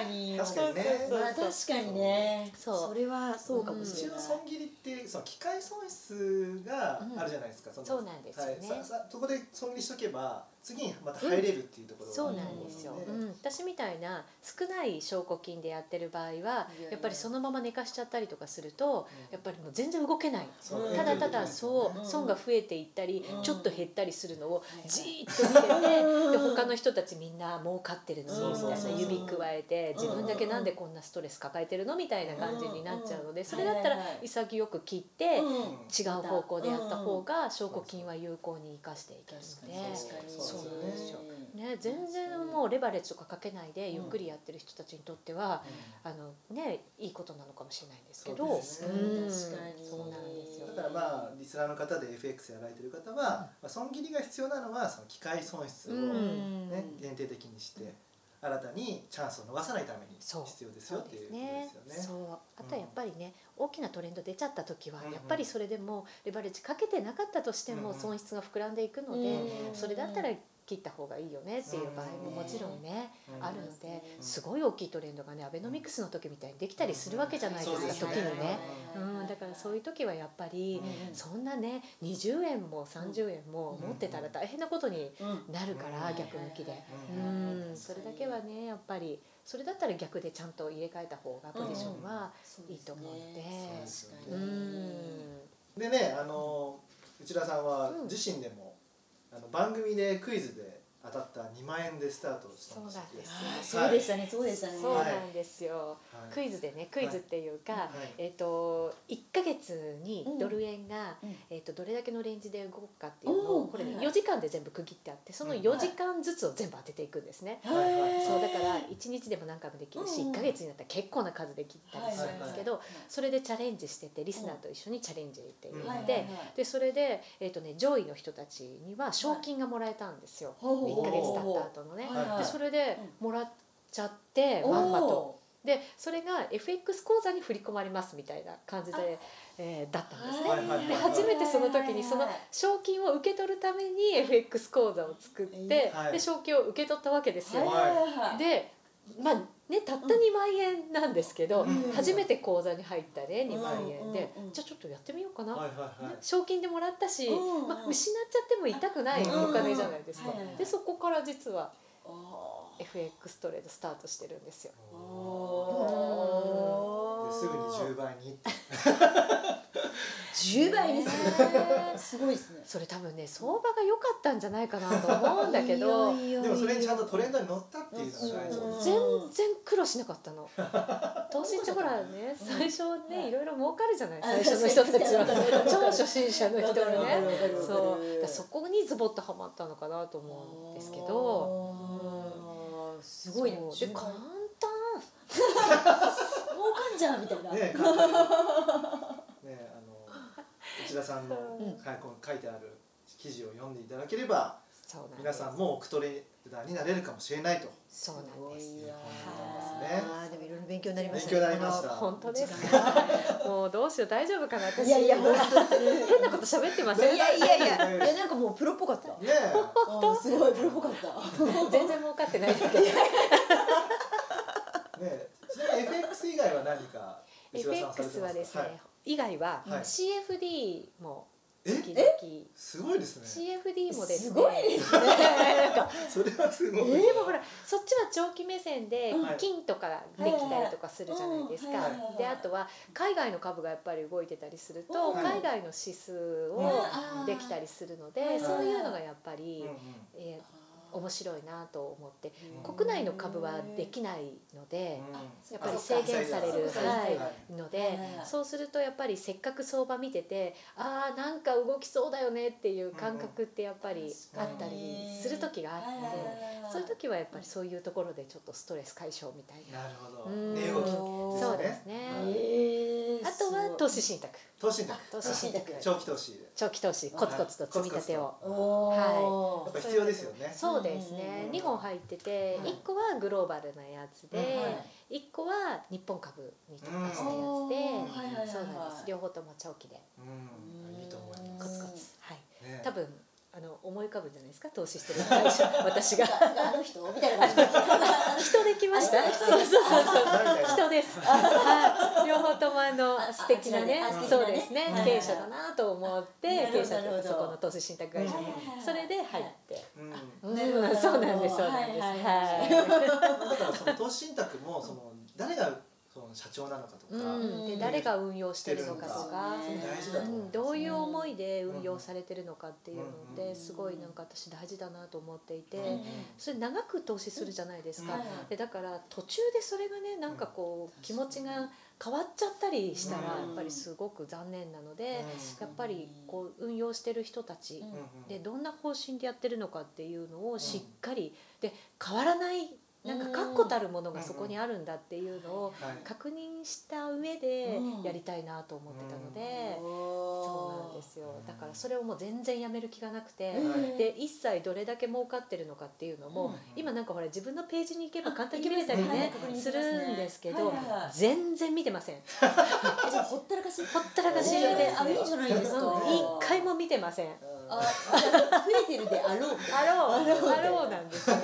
Speaker 2: に
Speaker 1: 確かにね
Speaker 3: そう
Speaker 2: まあ確かにね
Speaker 3: そう
Speaker 2: それはそうかもし
Speaker 1: 一
Speaker 2: れな
Speaker 1: 応
Speaker 2: い
Speaker 1: 損切りってその機械損失があるじゃないですか、の
Speaker 3: そうなんですよね
Speaker 1: はい、ささそこで損切りしとけば次にまた入れるっていうところが
Speaker 3: (laughs) そうなんですよ、
Speaker 1: ね
Speaker 3: うん、私みたいな少ない証拠金でやってる場合はやっぱりそのまま寝かしちゃったりとかすると
Speaker 1: うん
Speaker 3: やっぱりもう全然動けない
Speaker 1: そう
Speaker 3: ただた
Speaker 1: う
Speaker 3: だ
Speaker 1: ん
Speaker 3: そう損が増えていったり
Speaker 2: うん
Speaker 3: ちょっと減ったりするのを
Speaker 2: いはい
Speaker 3: じーっと見て
Speaker 2: うん (laughs)
Speaker 3: てで他の人たちみんな儲かってるのにみた
Speaker 1: そうそう
Speaker 3: い
Speaker 1: そう
Speaker 3: な指くわえて自分だけなんでこんなストレス抱えてるのみたいな感じになっちゃうの
Speaker 2: うん
Speaker 3: でそれだった
Speaker 2: は
Speaker 3: ら
Speaker 2: いはいはい
Speaker 3: 潔く切って
Speaker 2: うん
Speaker 3: 違う方向でやった方が証拠金は有効に生かしていける
Speaker 2: 確か
Speaker 3: の
Speaker 2: に
Speaker 3: で。
Speaker 2: 確かに
Speaker 3: そうなんですよ
Speaker 2: ね
Speaker 3: ね、全然もうレバレッジとかかけないでゆっくりやってる人たちにとっては、あのね、いいことなのかもしれないんですけど
Speaker 1: そうですね
Speaker 3: うん
Speaker 2: 確かに
Speaker 3: そうなんですよ
Speaker 1: だからまあリスナーの方で FX やられてる方は、まあ、損切りが必要なのはその機械損失を、
Speaker 3: うん
Speaker 1: ね限定的にして新たにチャンスを逃さないために
Speaker 3: そう
Speaker 1: 必要です
Speaker 3: そ
Speaker 1: よ
Speaker 3: う
Speaker 1: って
Speaker 3: で
Speaker 1: いう
Speaker 3: す
Speaker 1: ことで
Speaker 3: ね
Speaker 1: すよね。
Speaker 3: そうあとはやっぱりね、大きなトレンド出ちゃった時は
Speaker 1: うんうん
Speaker 3: やっぱりそれでもレバレッジかけてなかったとして
Speaker 1: う
Speaker 3: も
Speaker 1: んうん
Speaker 3: 損失が膨らんでいくので、
Speaker 1: うん
Speaker 3: それだったら切った方がいいよねっていう場合ももちろんね、
Speaker 1: うん
Speaker 3: あるので、すごい大きいトレンドがねアベノミクスの時みたいにできたりするわけじゃないですか、
Speaker 1: そうですね
Speaker 3: 時
Speaker 2: は
Speaker 3: にね。う
Speaker 2: いはいはい
Speaker 3: ん、だからそういう時はやっぱり、
Speaker 1: うん
Speaker 3: そんなね20円も30円も持ってたら大変なことに
Speaker 2: うん
Speaker 3: なるから、
Speaker 1: うん
Speaker 3: 逆向きで、
Speaker 1: う
Speaker 3: うん、それだけはねやっぱりそれだったら逆でちゃんと入れ替えた方がポジションは、いいと思って
Speaker 1: うん
Speaker 2: 確
Speaker 3: う
Speaker 2: か
Speaker 3: ん
Speaker 2: に
Speaker 1: でねあの内田さんは
Speaker 3: うん
Speaker 1: 自身でも、あの番組でクイズで当たった2万円でスタートした
Speaker 3: そうなんです
Speaker 2: あーそうでしたねそうでしたね
Speaker 3: そうなんですよ、ク
Speaker 1: イ
Speaker 3: イズでねクイズっていうか、
Speaker 1: はい
Speaker 3: えっ、と1ヶ月にドル円が、
Speaker 2: うん
Speaker 3: えっとどれだけのレンジで動くかっていうの
Speaker 2: お
Speaker 3: を
Speaker 2: ー
Speaker 3: これ
Speaker 2: はい
Speaker 3: ね
Speaker 2: はい
Speaker 3: 4時間で全部区切ってあってその
Speaker 1: うん
Speaker 3: 4時間ずつを全部当てていくんですね。
Speaker 1: はいはい
Speaker 3: そうだから1日でも何回もできるし
Speaker 2: うん
Speaker 3: 1ヶ月になったら結構な数できたりするんですけどそれでチャレンジしててリスナーと一緒にチャレンジって言
Speaker 1: はい
Speaker 3: っ
Speaker 1: はい
Speaker 3: てでそれで、えっとね、上位の人たちには賞金がもらえたんですよ1ヶ月経った後のね。
Speaker 1: はい
Speaker 3: でそれで
Speaker 2: う
Speaker 3: もらっちゃって
Speaker 2: ワ
Speaker 3: まん
Speaker 2: ン
Speaker 3: ま
Speaker 2: マ
Speaker 3: と。
Speaker 2: と
Speaker 3: でそれが FX 口座に振り込まれますみたいな感じで、えーだったんですね。
Speaker 1: はいはいはい
Speaker 3: で初めてその時にその
Speaker 2: はい
Speaker 3: 賞金を受け取るために FX 口座を作って、
Speaker 1: はい
Speaker 3: で賞金を受け取ったわけですよ。
Speaker 1: はい
Speaker 2: はい
Speaker 3: でまあね、たった2万円なんですけど、
Speaker 1: うん
Speaker 3: 初めて口座に入ったね2万円で、
Speaker 2: うんうんうん
Speaker 3: じゃあちょっとやってみようかな、
Speaker 1: はいはいはい
Speaker 3: 賞金でもらったし、
Speaker 2: うんうん
Speaker 3: まあ、失っちゃっても痛くないお金じゃないですか、
Speaker 2: うんうんはい
Speaker 3: でそこから実は
Speaker 2: お
Speaker 3: FX トレードスタートしてるんですよ
Speaker 2: ー
Speaker 1: で
Speaker 2: おー
Speaker 1: すぐに10倍に
Speaker 2: 10倍にする
Speaker 3: ね
Speaker 2: すごいですね
Speaker 3: それ多分ね相場が良かったんじゃないかなと思うんだけ
Speaker 2: (laughs)
Speaker 3: ど
Speaker 2: いいよいいよ
Speaker 1: でもそれにちゃんとトレンドに乗ったっていうのが大事
Speaker 2: うん
Speaker 1: です
Speaker 3: 全然苦労しなかった
Speaker 2: (laughs)
Speaker 3: の投資ってほらね
Speaker 2: うん
Speaker 3: 最初ねいろいろ儲かるじゃない
Speaker 2: あ
Speaker 3: 最初の人た
Speaker 2: (laughs)
Speaker 3: ちは
Speaker 2: 確かに確かに
Speaker 3: 超初心者の人
Speaker 2: わかる
Speaker 3: は
Speaker 2: わかる
Speaker 3: ね
Speaker 2: わかるわかる
Speaker 3: そうだからそこにズボッとはまったのかなと思うんですけど
Speaker 2: あーすごいね
Speaker 3: そうで
Speaker 2: 10
Speaker 3: 簡
Speaker 2: 倍
Speaker 3: 単
Speaker 2: 儲かんじゃんみたいな、
Speaker 1: ねえ簡単にねえあの内田さんの、
Speaker 2: うん
Speaker 1: はい、この書いてある記事を読んでいただければ
Speaker 3: そうなんです
Speaker 1: 皆さんもオクトレーダーになれるかもしれないと
Speaker 3: そうなんです
Speaker 2: ごいわ
Speaker 1: は
Speaker 2: あーでもいろいろ勉強になりました
Speaker 1: 勉強になりました
Speaker 3: 本当です
Speaker 2: 時間が
Speaker 3: もうどうしよう大丈夫かな私
Speaker 2: いやいや本当です
Speaker 3: (laughs) 変なこと喋ってま
Speaker 2: い
Speaker 3: せん
Speaker 2: やいやいやいやいやなんかもうプロっぽかった
Speaker 1: ねえ
Speaker 2: うんすごいプロっぽかった
Speaker 3: 全然儲かってないんだけど
Speaker 1: ねえちなみに FX 以外は何か内田さんされて
Speaker 3: FX は
Speaker 1: ま
Speaker 3: ですす
Speaker 1: か
Speaker 3: ね、以外は
Speaker 1: はい
Speaker 3: CFD も
Speaker 1: はい
Speaker 3: 時
Speaker 1: え
Speaker 3: 々
Speaker 1: すごいですね
Speaker 3: CFD もですね
Speaker 2: すごいですねなんか
Speaker 1: それはすごい、
Speaker 3: でもほらそっちは長期目線で
Speaker 1: うん
Speaker 3: 金とかできたりとかするじゃないですか
Speaker 2: はいはいはい
Speaker 3: であとは海外の株がやっぱり動いてたりする
Speaker 2: う
Speaker 3: と
Speaker 2: ん
Speaker 3: 海外の指数
Speaker 1: うん
Speaker 3: を
Speaker 2: あー
Speaker 3: できたりするの
Speaker 2: は
Speaker 3: で
Speaker 2: い
Speaker 3: そういうのがやっぱ
Speaker 1: うん
Speaker 3: り
Speaker 1: うん、
Speaker 3: えー面白いなと思って
Speaker 1: うん
Speaker 3: 国内の株はできないので。やっぱり制限される
Speaker 1: あそうか
Speaker 3: はい
Speaker 1: はい
Speaker 3: の
Speaker 2: はい
Speaker 3: で
Speaker 2: はいはい
Speaker 3: そうするとやっぱりせっかく相場見ててあーなんか動きそうだよねっていう感覚ってやっぱりあったりする時があって
Speaker 2: はいはいはい
Speaker 3: そういう時はやっぱりそういうところでちょっとストレス解消みたいな
Speaker 1: なるほど
Speaker 3: うん
Speaker 1: 値動きですね
Speaker 3: そうですね
Speaker 1: はい
Speaker 2: えー
Speaker 3: あとは投資信託
Speaker 1: 投資だ
Speaker 3: 投資信託
Speaker 1: (laughs) 長期投資で
Speaker 3: 長期投資コツコツと積み立てを
Speaker 2: お
Speaker 1: やっ
Speaker 2: ー
Speaker 1: ぱ必要ですよね
Speaker 3: そうです
Speaker 1: う
Speaker 3: ね
Speaker 1: ん
Speaker 3: 2本入ってて
Speaker 1: はい
Speaker 3: 1個はグローバルなやつで
Speaker 1: うん
Speaker 2: はい
Speaker 3: 1個は日本株に特化したや
Speaker 2: おー
Speaker 3: つ
Speaker 2: はいはいはいはい
Speaker 3: でそうなんです両方とも長期で
Speaker 1: うんいいと思いま
Speaker 3: コツコ
Speaker 2: うん
Speaker 3: ツはい
Speaker 1: すね
Speaker 3: 多分あの思い浮かぶんじゃないですか投資してる会社私が
Speaker 2: あの人みたいな感じ
Speaker 3: 人できました
Speaker 2: あ
Speaker 3: そうそうそう
Speaker 1: 誰々
Speaker 3: 人ですはい両方ともあの
Speaker 2: あ
Speaker 3: 素敵なね
Speaker 2: あちらであ
Speaker 3: そうですね
Speaker 2: 素敵なね
Speaker 3: 経営者だなと思って
Speaker 2: なるほど
Speaker 3: 経営者とい
Speaker 2: なるほ
Speaker 3: うか
Speaker 2: ど
Speaker 3: そこの投資信託会社に
Speaker 2: うん
Speaker 3: それで入って
Speaker 1: うんだ
Speaker 3: うん
Speaker 2: なるほどなるほど
Speaker 3: そうなんですそうなんです
Speaker 2: はい
Speaker 3: は
Speaker 1: からその投資信託もその誰がその社長なのかと
Speaker 3: い
Speaker 1: か
Speaker 3: うんで誰が運用してるのかとか
Speaker 2: してるのか
Speaker 1: 大事だと
Speaker 3: う
Speaker 1: 思
Speaker 3: ん
Speaker 1: い
Speaker 3: ど
Speaker 1: ま
Speaker 3: う
Speaker 1: す
Speaker 3: いう思いで運用されてるのかっていうの
Speaker 1: うん
Speaker 2: うん
Speaker 3: で、すごいなんか私大事だなと思っていて、
Speaker 1: うん
Speaker 3: それ長く投資するじゃないですか、
Speaker 2: うん
Speaker 3: でだから途中でそれがねなんかこう気持ちが変わっちゃったりしたらや
Speaker 2: うん
Speaker 3: っぱりすごく残念なので、
Speaker 1: う
Speaker 3: やっぱりこう運用してる人たち、
Speaker 1: んうんうん
Speaker 3: でどんな方針でやってるのかっていうのをしっかり、で変わらないなんか確固たるものがそこにあるんだっていうのを
Speaker 1: はい
Speaker 3: 確認した上で
Speaker 2: うん
Speaker 3: やりたいなと思ってたので。そうなんですよ
Speaker 1: うん
Speaker 3: だからそれをもう全然やめる気がなくて、
Speaker 1: うん
Speaker 3: で一切どれだけ儲かってるのかっていうのも、
Speaker 1: うん
Speaker 3: 今なんかほら自分のページに行けば簡単に見れたりね、
Speaker 2: うん
Speaker 3: するんですけど、
Speaker 2: はいはいはい
Speaker 3: 全然見てません
Speaker 2: じゃあほったらかし
Speaker 3: ほったらかし
Speaker 1: えー
Speaker 3: です
Speaker 2: あいいじゃないですか
Speaker 3: うん一回も見てません
Speaker 2: あ増えてるであろう
Speaker 3: あろうあろうなんですよね、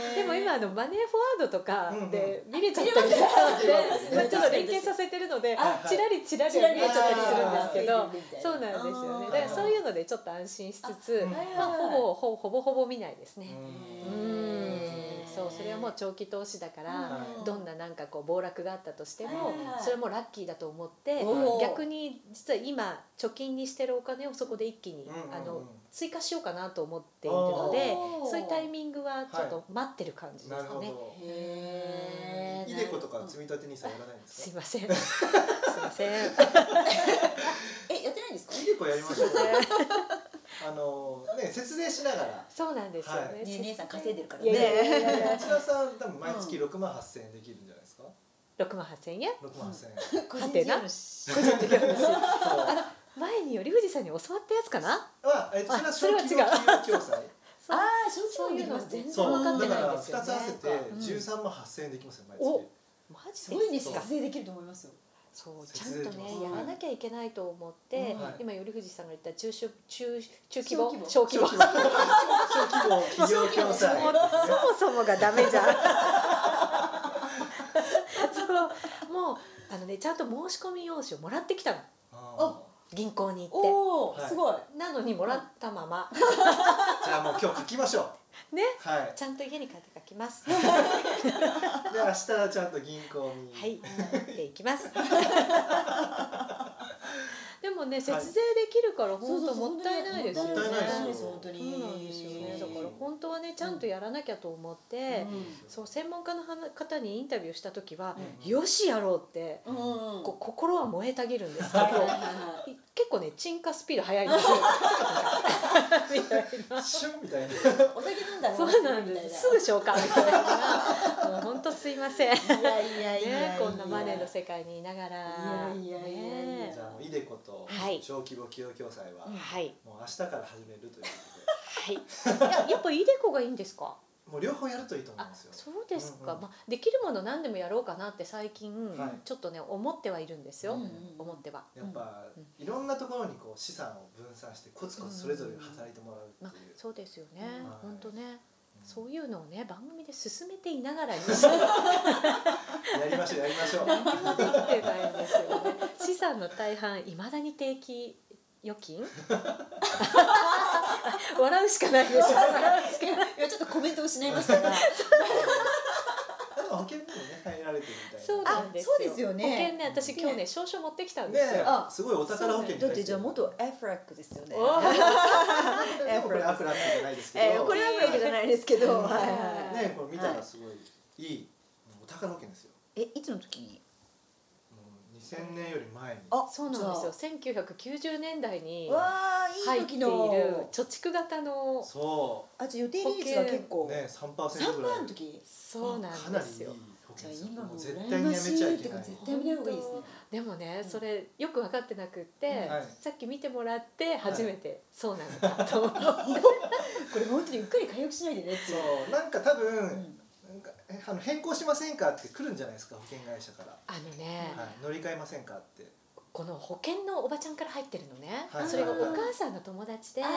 Speaker 3: うんでも今あのマネーフォワードとかで見れちゃったりするので、
Speaker 1: うんうん
Speaker 3: まあ、ちょっと連携させてるので
Speaker 2: あ
Speaker 3: チラリチラリ見えちゃったりするんですけ
Speaker 2: チラ
Speaker 3: ど
Speaker 2: リ
Speaker 3: そうなんですよねだからそういうのでちょっと安心しつつ
Speaker 1: あ
Speaker 3: まあ、ほぼほほぼほぼ見ないですね。
Speaker 1: うん
Speaker 3: うんそうそれはもう長期投資だから、
Speaker 1: う
Speaker 3: どんななんかこう暴落があったとしても、
Speaker 2: はいはい
Speaker 3: それもラッキーだと思って
Speaker 2: おー
Speaker 3: 逆に実は今貯金にしてるお金をそこで一気に、
Speaker 1: うんうんうん
Speaker 3: あの追加しようかなと思っているのでそういうタイミングはちょっと待ってる感じで
Speaker 1: な
Speaker 3: す
Speaker 1: る
Speaker 3: か
Speaker 1: ほ
Speaker 3: ね。
Speaker 1: ど
Speaker 2: へ
Speaker 1: イデコとか積み立て NISA やらないんですす
Speaker 3: い
Speaker 1: か (laughs)
Speaker 3: ませんすいません
Speaker 2: えやってないんですか
Speaker 1: イデコやりましょうあのね節税しながら
Speaker 3: そうなんですよね,、
Speaker 1: はい
Speaker 2: ね姉さん稼いでるから
Speaker 3: いやいやいや
Speaker 2: ね
Speaker 3: いやいや (laughs)
Speaker 1: 内田さん多分毎月6万8000円できるんじゃないですか
Speaker 3: 6万8千円
Speaker 1: 6万8000円
Speaker 2: 個
Speaker 3: はてな
Speaker 2: 主
Speaker 3: 個人的な話
Speaker 1: そう
Speaker 3: 前により富士さんに教わったやつかな
Speaker 1: あえそれは正規の企業共済
Speaker 3: そう
Speaker 2: ああそうそういうの全然
Speaker 1: そ
Speaker 3: わ
Speaker 1: う
Speaker 3: か
Speaker 1: だ
Speaker 3: って
Speaker 1: か
Speaker 3: ないん
Speaker 1: ら
Speaker 3: ですよ
Speaker 1: 2
Speaker 3: ね
Speaker 1: つ合わせて
Speaker 3: うん
Speaker 1: 13万8000円できますよ毎
Speaker 3: お
Speaker 1: 月
Speaker 3: マ
Speaker 2: す
Speaker 3: ジ
Speaker 2: ごい
Speaker 3: で
Speaker 2: ですす
Speaker 3: か
Speaker 2: か。節税できると思いますよ。
Speaker 3: そうちゃ
Speaker 1: 節税
Speaker 3: んと
Speaker 1: できま
Speaker 3: ね
Speaker 1: す
Speaker 3: やらなきゃいけないと思って、
Speaker 2: うん
Speaker 1: はい
Speaker 3: 今頼藤さんが言った中小中中規模
Speaker 2: 小
Speaker 3: 小規模 (laughs)
Speaker 1: 小規模企業共済
Speaker 3: もうそもそもがダメじゃん (laughs) そうもうあのねちゃんと申し込み用紙をもらってきたの
Speaker 1: あ
Speaker 3: 銀行に行っ
Speaker 2: おお
Speaker 1: はい
Speaker 2: すごい。
Speaker 3: てなのにもらったまま
Speaker 1: ーじゃあもう今日書きましょう
Speaker 3: ね
Speaker 1: はい
Speaker 3: ちゃんと家に帰って書きます
Speaker 1: で明日はちゃんと銀行に
Speaker 3: はい、行っていき (laughs) ます。でもね、節税できるから、本当もったいないですよね。
Speaker 1: もったいない
Speaker 2: で
Speaker 1: です
Speaker 2: す
Speaker 1: よ
Speaker 2: 本当に。
Speaker 3: そうなんですよね。だから、本当はね、ちゃんとやらなきゃと思って。そう、専門家のはな方にインタビューした時は、
Speaker 1: うん
Speaker 3: よしやろうって。
Speaker 2: うんうんうん。
Speaker 3: こう心は燃えたぎるんですけ
Speaker 2: はいはい
Speaker 3: ど
Speaker 2: はいはい。
Speaker 3: 結構ね沈下スピード速い
Speaker 2: (laughs)
Speaker 3: んですよみたいな
Speaker 1: シュンみたいな
Speaker 2: お酒飲んだら
Speaker 3: そうなんですすぐ消化みたいなもう本当すいませんね
Speaker 2: いやいやいやいや。
Speaker 3: こんなマネーの世界にいなが
Speaker 2: い
Speaker 3: ら
Speaker 2: やいやいやいや
Speaker 3: ね
Speaker 1: じゃあもうイデコと
Speaker 3: はい
Speaker 1: 小規模企業共済は
Speaker 2: うん
Speaker 3: はい
Speaker 1: もう明日から始めるということで
Speaker 3: はい。いややっぱイデコがいいんですか。
Speaker 1: もう両方やるといいと思うん
Speaker 3: あ
Speaker 1: ですよ
Speaker 3: そうですか。
Speaker 1: うんうん
Speaker 3: まあできるもの何でもやろうかなって最近、
Speaker 1: はい
Speaker 3: ちょっとね思ってはいるんですよ。
Speaker 1: うん
Speaker 3: 思っては。
Speaker 1: やっぱ
Speaker 3: うん
Speaker 1: いろんなところにこう資産を分散してコツコツそれぞれ働いてもらう
Speaker 3: ま
Speaker 1: っ
Speaker 3: あ
Speaker 1: ていう
Speaker 3: そうですよね
Speaker 1: うん。
Speaker 3: 本当ね。
Speaker 1: う
Speaker 3: そういうのをね番組で進めていながらにしてい
Speaker 1: んやりましょうやりましょう
Speaker 3: けばいいんですよ
Speaker 1: (laughs)
Speaker 3: ね。資産の大半いまだに定期預金。 (laughs) 笑うしかないでしょ。
Speaker 2: いやちょっとコメントを失いましたが。
Speaker 1: あでも保険にもね入られてるみたいな
Speaker 3: そうなんですよ。
Speaker 2: あそうですよね
Speaker 3: 保険ね私今日ね証書持ってきたんですよ。
Speaker 1: ね
Speaker 2: あ
Speaker 1: えすごいお宝保険に
Speaker 2: だっ
Speaker 1: 対して
Speaker 2: じゃあ元エフラックですよね。
Speaker 3: おー
Speaker 1: でもこれアプラックじゃないですけど、
Speaker 2: えー、これはエフラックじゃないですけど、はい
Speaker 3: れ
Speaker 2: は
Speaker 1: ねこれ見たらすごい、い、いお宝保険ですよ
Speaker 2: い。えいつの時に？
Speaker 1: もう2000年より前に
Speaker 2: あ
Speaker 3: そうなんですよ。1990年代に
Speaker 2: じゃあわあい
Speaker 3: 入
Speaker 2: い
Speaker 3: ってい
Speaker 2: 時
Speaker 3: る
Speaker 2: の。
Speaker 3: 貯蓄型の
Speaker 1: そ
Speaker 2: あじゃあ予定利率が結
Speaker 1: う
Speaker 2: 構。
Speaker 1: ね3%
Speaker 2: 三
Speaker 1: ぐらい
Speaker 2: パーの時。
Speaker 3: そうな
Speaker 1: か
Speaker 3: ん
Speaker 1: な
Speaker 3: で
Speaker 1: りい
Speaker 3: す
Speaker 1: い
Speaker 3: よ。
Speaker 1: 保
Speaker 2: じ
Speaker 1: 険
Speaker 2: ゃ
Speaker 1: ですよも
Speaker 2: あ今も
Speaker 1: う
Speaker 2: う
Speaker 1: 絶
Speaker 2: 羨
Speaker 1: 対に
Speaker 2: ま
Speaker 1: や
Speaker 2: し
Speaker 1: めちゃ
Speaker 2: い
Speaker 1: い
Speaker 2: って
Speaker 1: けな
Speaker 2: か
Speaker 1: い
Speaker 2: 絶対やめない方がいいですね。
Speaker 3: でもね、
Speaker 2: うん
Speaker 3: それよく分かってなくって、
Speaker 2: はい
Speaker 3: さっき見てもらって初めてそうなの (laughs) かと思う。
Speaker 2: これ本当にうっかり回復しないでねっていう。
Speaker 1: そうなんか多分、
Speaker 2: うん
Speaker 1: なんかえあの変更しませんかって来るんじゃないですか保険会社から、
Speaker 3: あのね、
Speaker 2: うん
Speaker 1: はい、乗り換えませんかって
Speaker 3: この保険のおばちゃんから入ってるのね。
Speaker 1: はい
Speaker 3: それがお母さんの友達で。
Speaker 1: は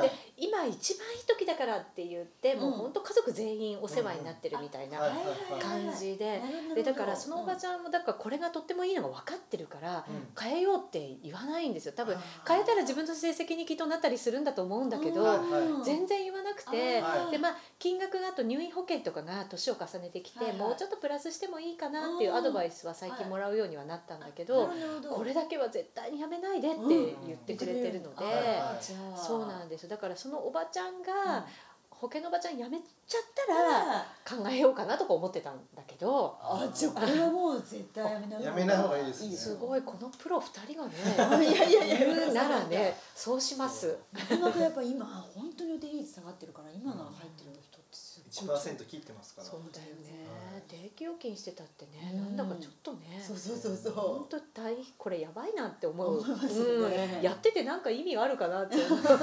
Speaker 2: あ
Speaker 1: い
Speaker 3: で今一番いい時だからって言って、もう本当家族全員お世話になってるみた
Speaker 1: は
Speaker 3: い
Speaker 1: い
Speaker 3: な
Speaker 2: はい
Speaker 3: 感じで、
Speaker 2: ー
Speaker 3: でだからそのおばちゃんもだからこれがとってもいいのが分かってるから
Speaker 1: うん
Speaker 3: 変えようって言わないんですよ多分
Speaker 1: あー
Speaker 3: 変えたら自分の成績にきっとなったりするんだと思うんだけ
Speaker 1: はい
Speaker 3: ど
Speaker 1: は
Speaker 3: 全然言わなくて
Speaker 1: あー
Speaker 3: でまあ金額があと入院保険とかが年を重ねてきて
Speaker 2: はいはい
Speaker 3: もうちょっとプラスしてもいいかなっていうアドバイスは最近もらうようにはなったんだけどこれ
Speaker 2: だ
Speaker 3: だけは絶対にやめないでって言ってくれてるの
Speaker 1: うんはいは
Speaker 3: で
Speaker 1: い
Speaker 3: そうなんんですよだからそのおばちゃん
Speaker 2: だ
Speaker 3: が保険のおばちゃん辞めちゃったら
Speaker 2: あ
Speaker 3: 考えようかなとか思ってたんだけど。
Speaker 2: あじゃあこれはもう絶対やめない
Speaker 1: やめない方がいいですね
Speaker 3: すごいこのプロ2人が
Speaker 2: い
Speaker 3: ね
Speaker 2: (laughs) やいやいや
Speaker 3: 言うならねそうします
Speaker 2: なんとなくやっぱ今本当に予定率下がってるから今の入ってる人ってす
Speaker 1: 1%
Speaker 2: ごい
Speaker 1: 切ってますから
Speaker 3: そうだよね
Speaker 1: はい
Speaker 3: 定期預金してたってね
Speaker 2: う
Speaker 3: なんんだかちょっとね
Speaker 2: そうそうそう
Speaker 3: 本
Speaker 2: そ
Speaker 3: 当大これやばいなって思う
Speaker 2: 思いますよね
Speaker 3: うんやっててなんか意味あるかなって思うそう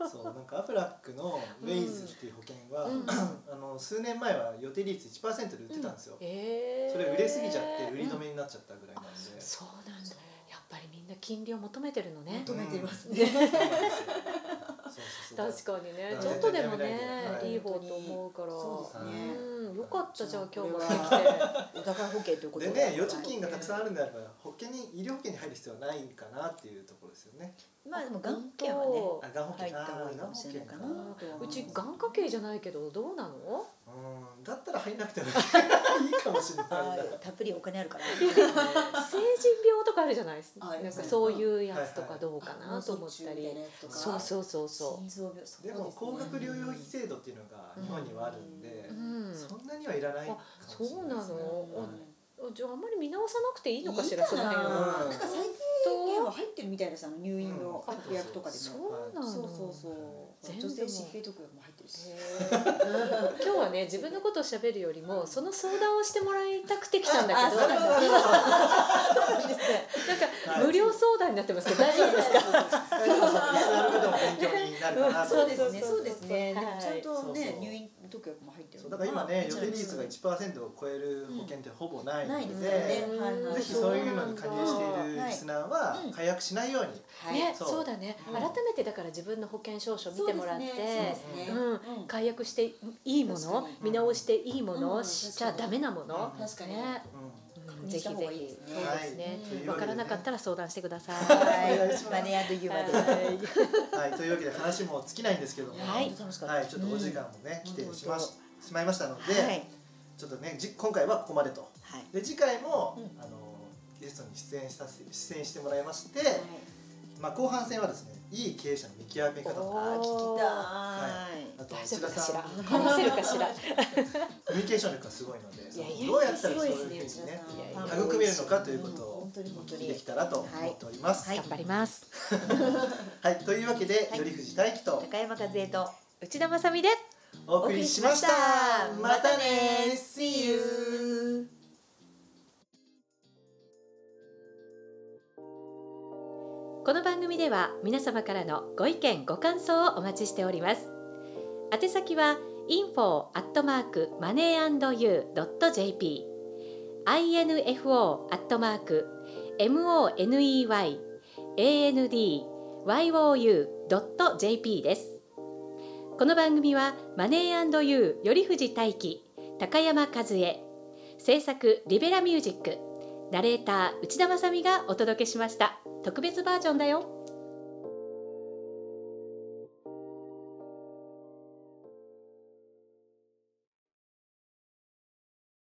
Speaker 1: そうなんかアプラックのレイズっていう保険は、
Speaker 3: うん
Speaker 1: あの数年前は予定利率1%で売ってたんですよ、
Speaker 3: えー
Speaker 1: それ売れすぎちゃって売り止めになっちゃったぐらいなんで、
Speaker 3: そうなんだ
Speaker 2: そう
Speaker 3: やっぱりみんな金利を求めてるのね
Speaker 2: 求めてます
Speaker 1: う
Speaker 2: ね
Speaker 1: んそうなんですよそうそうそう
Speaker 3: 確かにね
Speaker 1: うん
Speaker 3: ちょっとでも
Speaker 1: 全然やめない
Speaker 3: ね
Speaker 1: で
Speaker 3: いい方と思うから
Speaker 2: そうですね
Speaker 3: うんよかったじゃん今日も来
Speaker 2: これ
Speaker 3: て。
Speaker 2: お高い保険ということ
Speaker 1: でね預貯金がたくさんあるんであれば保険に医療保険に入る必要はないかなっていうところですよね
Speaker 2: まあでもがん保険はね
Speaker 1: あがん保険
Speaker 2: 入った方がいいかもしれないかな
Speaker 1: あーがん
Speaker 2: と
Speaker 1: 保険
Speaker 2: は
Speaker 3: うち眼科系じゃないけどどうなの？
Speaker 1: うんだったら入んなくてもいいかも
Speaker 2: (laughs)
Speaker 1: しれないな
Speaker 2: あーたっぷりお金あるから
Speaker 3: 成人病とかあるじゃないです
Speaker 2: あありま
Speaker 3: なん
Speaker 2: す
Speaker 3: か
Speaker 2: ね
Speaker 3: そういうやつとかどうかなと思ったり。
Speaker 2: そ
Speaker 3: そうう
Speaker 2: そう
Speaker 3: そうそうそ
Speaker 2: 心臓病そう
Speaker 1: でも高額療養費
Speaker 2: 制
Speaker 1: 制度っていうのが日本にはあるんで
Speaker 3: う。う、ん。
Speaker 1: そんなにはいらないかもしれないですね
Speaker 3: あそうなの
Speaker 1: はい
Speaker 3: じゃああんまり見直さなくていいのかしら
Speaker 2: いいか
Speaker 3: その
Speaker 2: な
Speaker 3: 辺
Speaker 1: は
Speaker 2: なんか最低
Speaker 3: と
Speaker 2: 限は入ってるみたいですあの入院の
Speaker 1: うん
Speaker 2: 確約とかで
Speaker 3: そ
Speaker 2: も
Speaker 3: うなの。
Speaker 2: そうそうそうほら
Speaker 3: 全
Speaker 2: 女
Speaker 3: 部
Speaker 2: 性
Speaker 3: もう
Speaker 2: 疾病特約も入ってるし
Speaker 3: 今日はね自分のことを喋るよりもその相談をしてもらいたくて来たんだけど
Speaker 2: ああそう
Speaker 3: な
Speaker 2: なんん
Speaker 3: か
Speaker 2: だいいですね
Speaker 1: はい
Speaker 3: 無料相談になってますけど大丈夫ですか
Speaker 1: 大丈夫そうリスナーの方も勉強になるかなと
Speaker 2: そ
Speaker 1: 思
Speaker 2: う
Speaker 1: い
Speaker 2: で
Speaker 1: ますす
Speaker 2: ね
Speaker 3: ね
Speaker 2: そうですね
Speaker 3: はい
Speaker 2: でもちゃんと
Speaker 1: そう
Speaker 2: ね
Speaker 1: そう
Speaker 2: 入院特約も入ってる
Speaker 1: そうだから今ね予定率が
Speaker 2: い
Speaker 1: 1%を超える保険ってほぼないの
Speaker 2: な
Speaker 1: で,、
Speaker 2: いですからねはいはい
Speaker 1: ぜひそういうのに加入してい
Speaker 2: は
Speaker 1: る
Speaker 2: い
Speaker 1: リスナーは
Speaker 2: うん
Speaker 1: 解約しないように、
Speaker 2: はい
Speaker 3: ね、
Speaker 1: そ
Speaker 3: そううだね、
Speaker 1: うん
Speaker 3: 改めてだから自分の保険証書見てもらって、
Speaker 2: そうですねそう
Speaker 3: うん
Speaker 2: ですね
Speaker 3: 解約していいも
Speaker 2: 確
Speaker 3: の
Speaker 2: かに
Speaker 3: 見直していいもの、
Speaker 2: うん
Speaker 3: しちゃダメなもの、
Speaker 2: 確かに
Speaker 3: ね、
Speaker 1: う
Speaker 3: うん
Speaker 2: 確認
Speaker 3: ぜひ
Speaker 2: した
Speaker 3: ぜ
Speaker 2: 方がいいで
Speaker 3: ひ
Speaker 2: すね
Speaker 3: そうですね
Speaker 1: はいというわけでね
Speaker 3: わからなかったら相談してください。
Speaker 1: い
Speaker 2: は
Speaker 1: お願いします
Speaker 2: いマネーユーマで
Speaker 3: はい
Speaker 1: んはい、というわけで話も尽きないんですけども、
Speaker 3: は
Speaker 1: はいい、
Speaker 2: 楽しかった
Speaker 1: ちょっとお時間もね、
Speaker 2: うん
Speaker 1: 来てしま
Speaker 3: 本
Speaker 1: ししまいましたので、
Speaker 2: はい
Speaker 1: ちょっとねじ今回はここまでと
Speaker 2: はい
Speaker 1: で次回も、
Speaker 2: うん
Speaker 1: あのゲストに出演させ出演してもらいまして、
Speaker 2: はい
Speaker 1: まあ、後半戦はですねいい経営者の見極め方とか
Speaker 2: あ
Speaker 3: お
Speaker 2: ー聞きたい
Speaker 1: あと
Speaker 3: 大丈
Speaker 1: 内
Speaker 3: 夫
Speaker 1: 田
Speaker 3: かし
Speaker 1: さ
Speaker 3: ら
Speaker 1: ん
Speaker 3: 話せるかしら。
Speaker 1: コミュニケーション力がすごいのでその
Speaker 3: いやいや
Speaker 1: どうやったらそういうふう
Speaker 2: すご
Speaker 1: に
Speaker 2: い
Speaker 1: ね
Speaker 2: ですね内田さん
Speaker 1: 育めるのかということ
Speaker 2: うん
Speaker 1: を
Speaker 2: 本当に
Speaker 1: お
Speaker 2: 本当
Speaker 1: 聞き
Speaker 2: に
Speaker 1: できたらと思っております。は
Speaker 2: はいい
Speaker 3: 頑張ります。
Speaker 1: というわけで、
Speaker 2: はい
Speaker 1: より富士大輝と
Speaker 2: 高山和恵と
Speaker 3: 内田まさみで。
Speaker 1: お送りしました。またね
Speaker 2: See you!
Speaker 3: この番組では皆様からのご意見ご感想をお待ちしております宛先は info at mark moneyandyou.jp info at mark moneyandyou.jp ですこの番組はマネーユーより富士大輝高山和恵制作リベラミュージックナレーター内田まさみがお届けしました特別バージョンだよ